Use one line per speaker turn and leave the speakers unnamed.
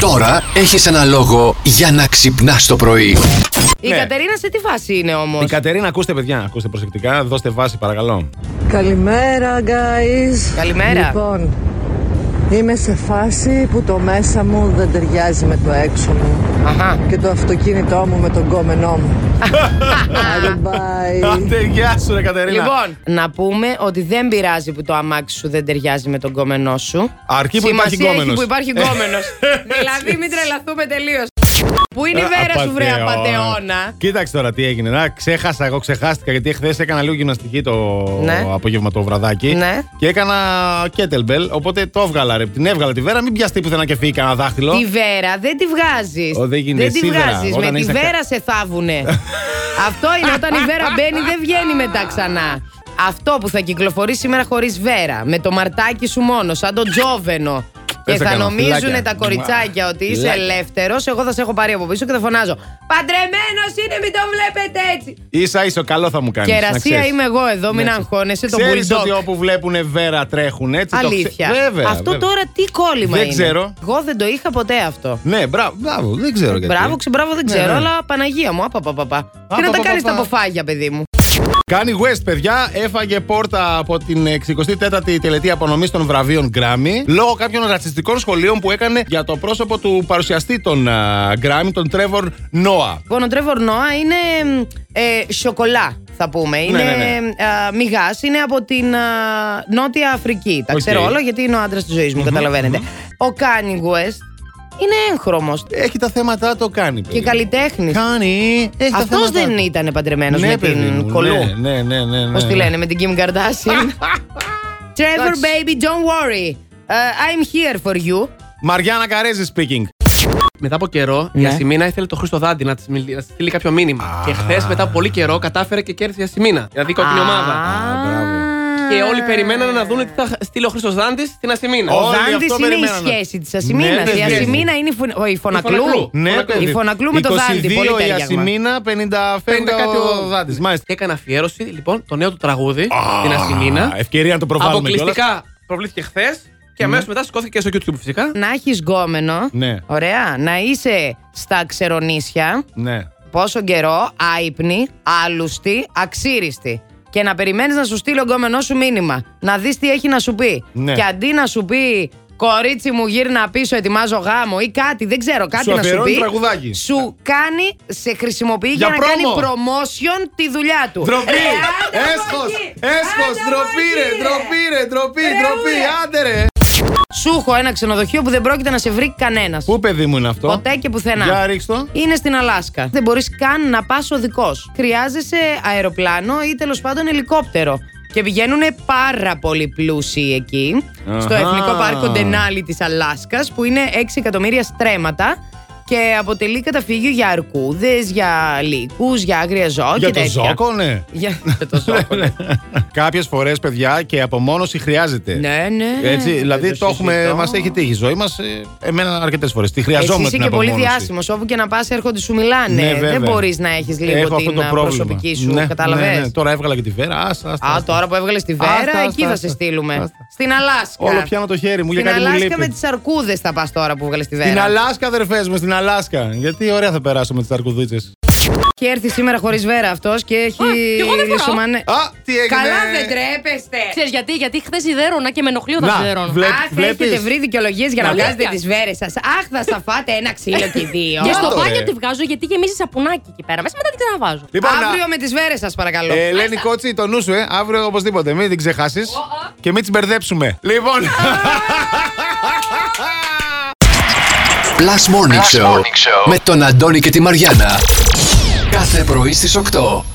Τώρα έχεις ένα λόγο για να ξυπνάς το πρωί.
Η
Ναι.
Κατερίνα σε τι φάση είναι όμως.
Η Κατερίνα, ακούστε παιδιά, ακούστε προσεκτικά, δώστε βάση παρακαλώ.
Καλημέρα, guys.
Καλημέρα.
Λοιπόν, είμαι σε φάση που το μέσα μου δεν ταιριάζει με το έξω μου
Αχα.
και το αυτοκίνητό μου με τον κόμενό μου. Άντε, bye.
Άντε, γεια σου, ρε Κατερίνα.
Λοιπόν, να πούμε ότι δεν πειράζει που το αμάξι σου δεν ταιριάζει με τον κόμενό σου.
Αρκεί που
Σημασία
υπάρχει Ε.
έχει
γκόμενος.
που υπάρχει γκόμενος. δηλαδή, μην τρελαθούμε τελείως. Πού
Ε,
είναι η βέρα σου, βρε,
Απαταιώνα.
απαταιώνα.
Κοίταξε τώρα τι έγινε. Να, ξέχασα, εγώ ξεχάστηκα γιατί χθες έκανα λίγο γυμναστική το
Ναι.
απόγευμα το βραδάκι.
Ναι.
Και έκανα κέτελμπελ. Οπότε το έβγαλα, ρε. Την έβγαλα τη βέρα, μην πιαστεί πουθενά και φύγει κανένα δάχτυλο.
Τη βέρα δεν τη βγάζεις.
Ω, δεν γίνεται,
τη
εσύ, βέρα.
βγάζει. Με
Όταν
τη
είσαι κα-
βέρα σε θάβουνε. Αυτό είναι όταν η βέρα μπαίνει, δεν βγαίνει μετά ξανά. Αυτό που θα κυκλοφορεί σήμερα χωρίς βέρα. Με το μαρτάκι σου μόνο, σαν τον τζόβενο. Και
Πες τα
θα
κάνω,
νομίζουν
φυλάκια.
τα κοριτσάκια
Μα,
ότι είσαι
φυλάκια.
ελεύθερος. Εγώ θα σε έχω πάρει από πίσω και θα φωνάζω. Παντρεμένος είναι, μην το βλέπετε έτσι.
σα ίσω καλό θα μου κάνεις.
Κερασία είμαι εγώ εδώ, μην αγχώνεσαι. Το
Ναι. Ξέρεις
bulldog.
ότι όπου βλέπουν βέρα τρέχουν έτσι. το ξε-
Αλήθεια.
Βέβαια.
αυτό
βέβαια.
τώρα τι κόλλημα
Δεν
είναι.
ξέρω.
Εγώ δεν το είχα ποτέ αυτό.
Ναι, μπράβο, μπράβο, δεν ξέρω γιατί.
Μπράβο, ξεμπράβο, δεν
Ναι,
ξέρω,
ναι.
αλλά Παναγία μου. Απα, πα, πα, πα. Τι να
πα,
τα
πα,
κάνει
πα.
τα αποφάγια, παιδί μου.
Κάνει West, παιδιά, έφαγε πόρτα από την 64η τελετή απονομής των βραβείων Grammy λόγω κάποιων ρατσιστικών σχολείων που έκανε για το πρόσωπο του παρουσιαστή των α, Grammy, τον Trevor Noah.
Λοιπόν, ο Τρέβορ Νόα είναι ε, σοκολά, θα πούμε. Είναι
ναι,
μιγά, είναι από την α, Νότια Αφρική. Τα
Οκ.
ξέρω όλα γιατί είναι ο άντρας της ζωής μου, καταλαβαίνετε. Ο Κάνι West είναι έγχρωμος
Έχει τα θέματα, το κάνει.
και
παιδιά.
καλλιτέχνης.
Κάνει. Έχει τα
Αυτός
θέματα
δεν
του.
ήταν παντρεμένος
ναι,
με
παιδί
την
μου,
κολού.
Ναι, ναι, ναι. ναι, ναι.
Πώς τη λένε, με την Kim Kardashian. Trevor, baby, don't worry. Uh, I'm here for you.
Μαριάννα Καρέζη speaking.
Μετά από καιρό,
Ναι.
η Ασημίνα ήθελε το Χρήστο Δάντη να της μιλ- να της στείλει κάποιο μήνυμα. Και χθες, μετά από πολύ καιρό, κατάφερε και κέρδισε η Ασημίνα. Δηλαδή η κόκκινη ομάδα. Και όλοι περιμένανε να δουν τι θα στείλει ο Χρήστος Δάντης στην Ασημίνα.
Ε. Ο
Ο
Όλοι
Δάντης
αυτό
είναι η
περιμένανε.
σχέση της Ασημίνα.
Ναι,
η
ναι, ναι.
Ασημίνα είναι η, φων... ο, η φωνακλού.
φωνακλού.
Ναι,
η
παιδί.
φωνακλού με το Δάντη.
22
Πολύ
η
τέριαγμα.
Ασημίνα, 50 φεύγει
50 κάτι
ο
ο-
Δάντης. Μάλιστα.
Έκανε αφιέρωση, λοιπόν, το νέο του τραγούδι στην Ασημίνα.
Ευκαιρία να το ε, προβάλλουμε κιόλας.
Αποκλειστικά προβλήθηκε χθες και αμέσως μετά σηκώθηκε και στο YouTube φυσικά.
Να έχεις γκόμενο.
Ναι.
Ωραία. Να είσαι στα ξερονίσια.
Ναι.
Πόσο καιρό, άϊπνη, άλουστη, αξίριστη. Και να περιμένεις να σου στείλει ο γκόμενός σου μήνυμα. Να δεις τι έχει να σου πει.
Ναι.
Και αντί να σου πει. Κορίτσι μου, γύρνα πίσω, ετοιμάζω γάμο ή κάτι, δεν ξέρω, κάτι
Σου
να σου
αφιερώνει
πει.
τραγουδάκι.
Σου κάνει, σε χρησιμοποιεί για,
Για
να κάνει
πρόμο.
promotion τη δουλειά του.
Ντροπή!
Ρε, ε, άντε από
Έσχο!
εκεί,
Έσχος!
άντε από
Ντροπή,
εκεί,
ρε! Ντροπή, ρε! Ντροπή,
Ρε,
ντροπή!
ούλε.
Άντε, ρε!
Σου έχω ένα ξενοδοχείο που δεν πρόκειται να σε βρει κανένας.
Πού παιδί μου είναι αυτό?
Ποτέ και πουθενά.
Για ρίξτο.
Είναι στην Αλάσκα. Δεν μπορείς καν να πας οδικό. Χρειάζεσαι αεροπλάνο ή τέλος πάντων ελικόπτερο. Και πηγαίνουν πάρα πολύ πλούσιοι εκεί, στο
Αχα.
Εθνικό Πάρκο Ντενάλι της Αλάσκας, που είναι 6 εκατομμύρια στρέμματα και αποτελεί καταφύγιο για αρκούδες, για λύκους, για άγρια ζώα
Για
και
το
τέτοια.
ζόκο, ναι.
Για για το ζώκο. ναι.
Κάποιες φορές, παιδιά, και η απομόνωση χρειάζεται.
ναι, ναι.
Έτσι,
δεν
δηλαδή το έχουμε,
συζητώ.
μας έχει τύχει η ζωή μας ε, εμένα αρκετές φορές. Τη
Εσύ
χρειαζόμαστε
είσαι
την
και πολύ
απομόνωση.
διάσημος. Όπου και να πας, έρχονται σου μιλάνε.
Ναι, βέβαια.
δεν μπορείς να έχεις λίγο
Έχω αυτό
την
το
α,
πρόβλημα.
προσωπική σου.
Ναι,
Κατάλαβε.
ναι, ναι. Τώρα έβγαλα και τη βέρα. Άστα, άστα,
Α,
άστα.
τώρα που έβγαλες τη
Άστα,
Βέρα,
άστα,
εκεί θα
άστα.
σε στείλουμε.
Άστα.
Στην Αλάσκα.
Όλο πιάνω το χέρι μου για
Στην
κάτι μου
Αλάσκα
λείπει.
με τις αρκούδες θα πας τώρα που βγάλε τη Βέρα.
Την Αλάσκα, αδερφές μου, στην Αλάσκα. Γιατί ωραία θα περάσουμε τις αρκουδίτσες.
Έχει έρθει σήμερα χωρίς Βέρα αυτός και έχει.
κι εγώ δεν φοράω.
λησομανέ-
Α, τι έγινε.
Καλά, δεν τρέπεστε.
Ξέρεις Ε, γιατί, γιατί χθες σιδέρωνα και με ενοχλεί όταν
Να,
σιδέρωνα.
βλέπ-
Αχ, θα
βλέπεις.
έχετε βρει δικαιολογίες για να
Να,
βγάζετε τι
αλήθεια.
βέρες σας. Αχ, θα σαφάτε ένα ξύλο και δύο.
Και
Άστο,
στο
ρε.
μπάνιο τη βγάζω γιατί γεμίζει σαπουνάκι εκεί πέρα. Μέσα μετά την ξαναβάζω.
Λοιπόν, να-
Αύριο με τις βέρες σας, παρακαλώ.
Ε, Ελένη Κότσι, το νου σου, ε. Αύριο οπωσδήποτε. Μην την ξεχάσεις. Και μην τις μπερδέψουμε. Λοιπόν.
Plus Morning, Show, με τον Αντώνη και τη Μαριάνα. Κάθε πρωί στις 8.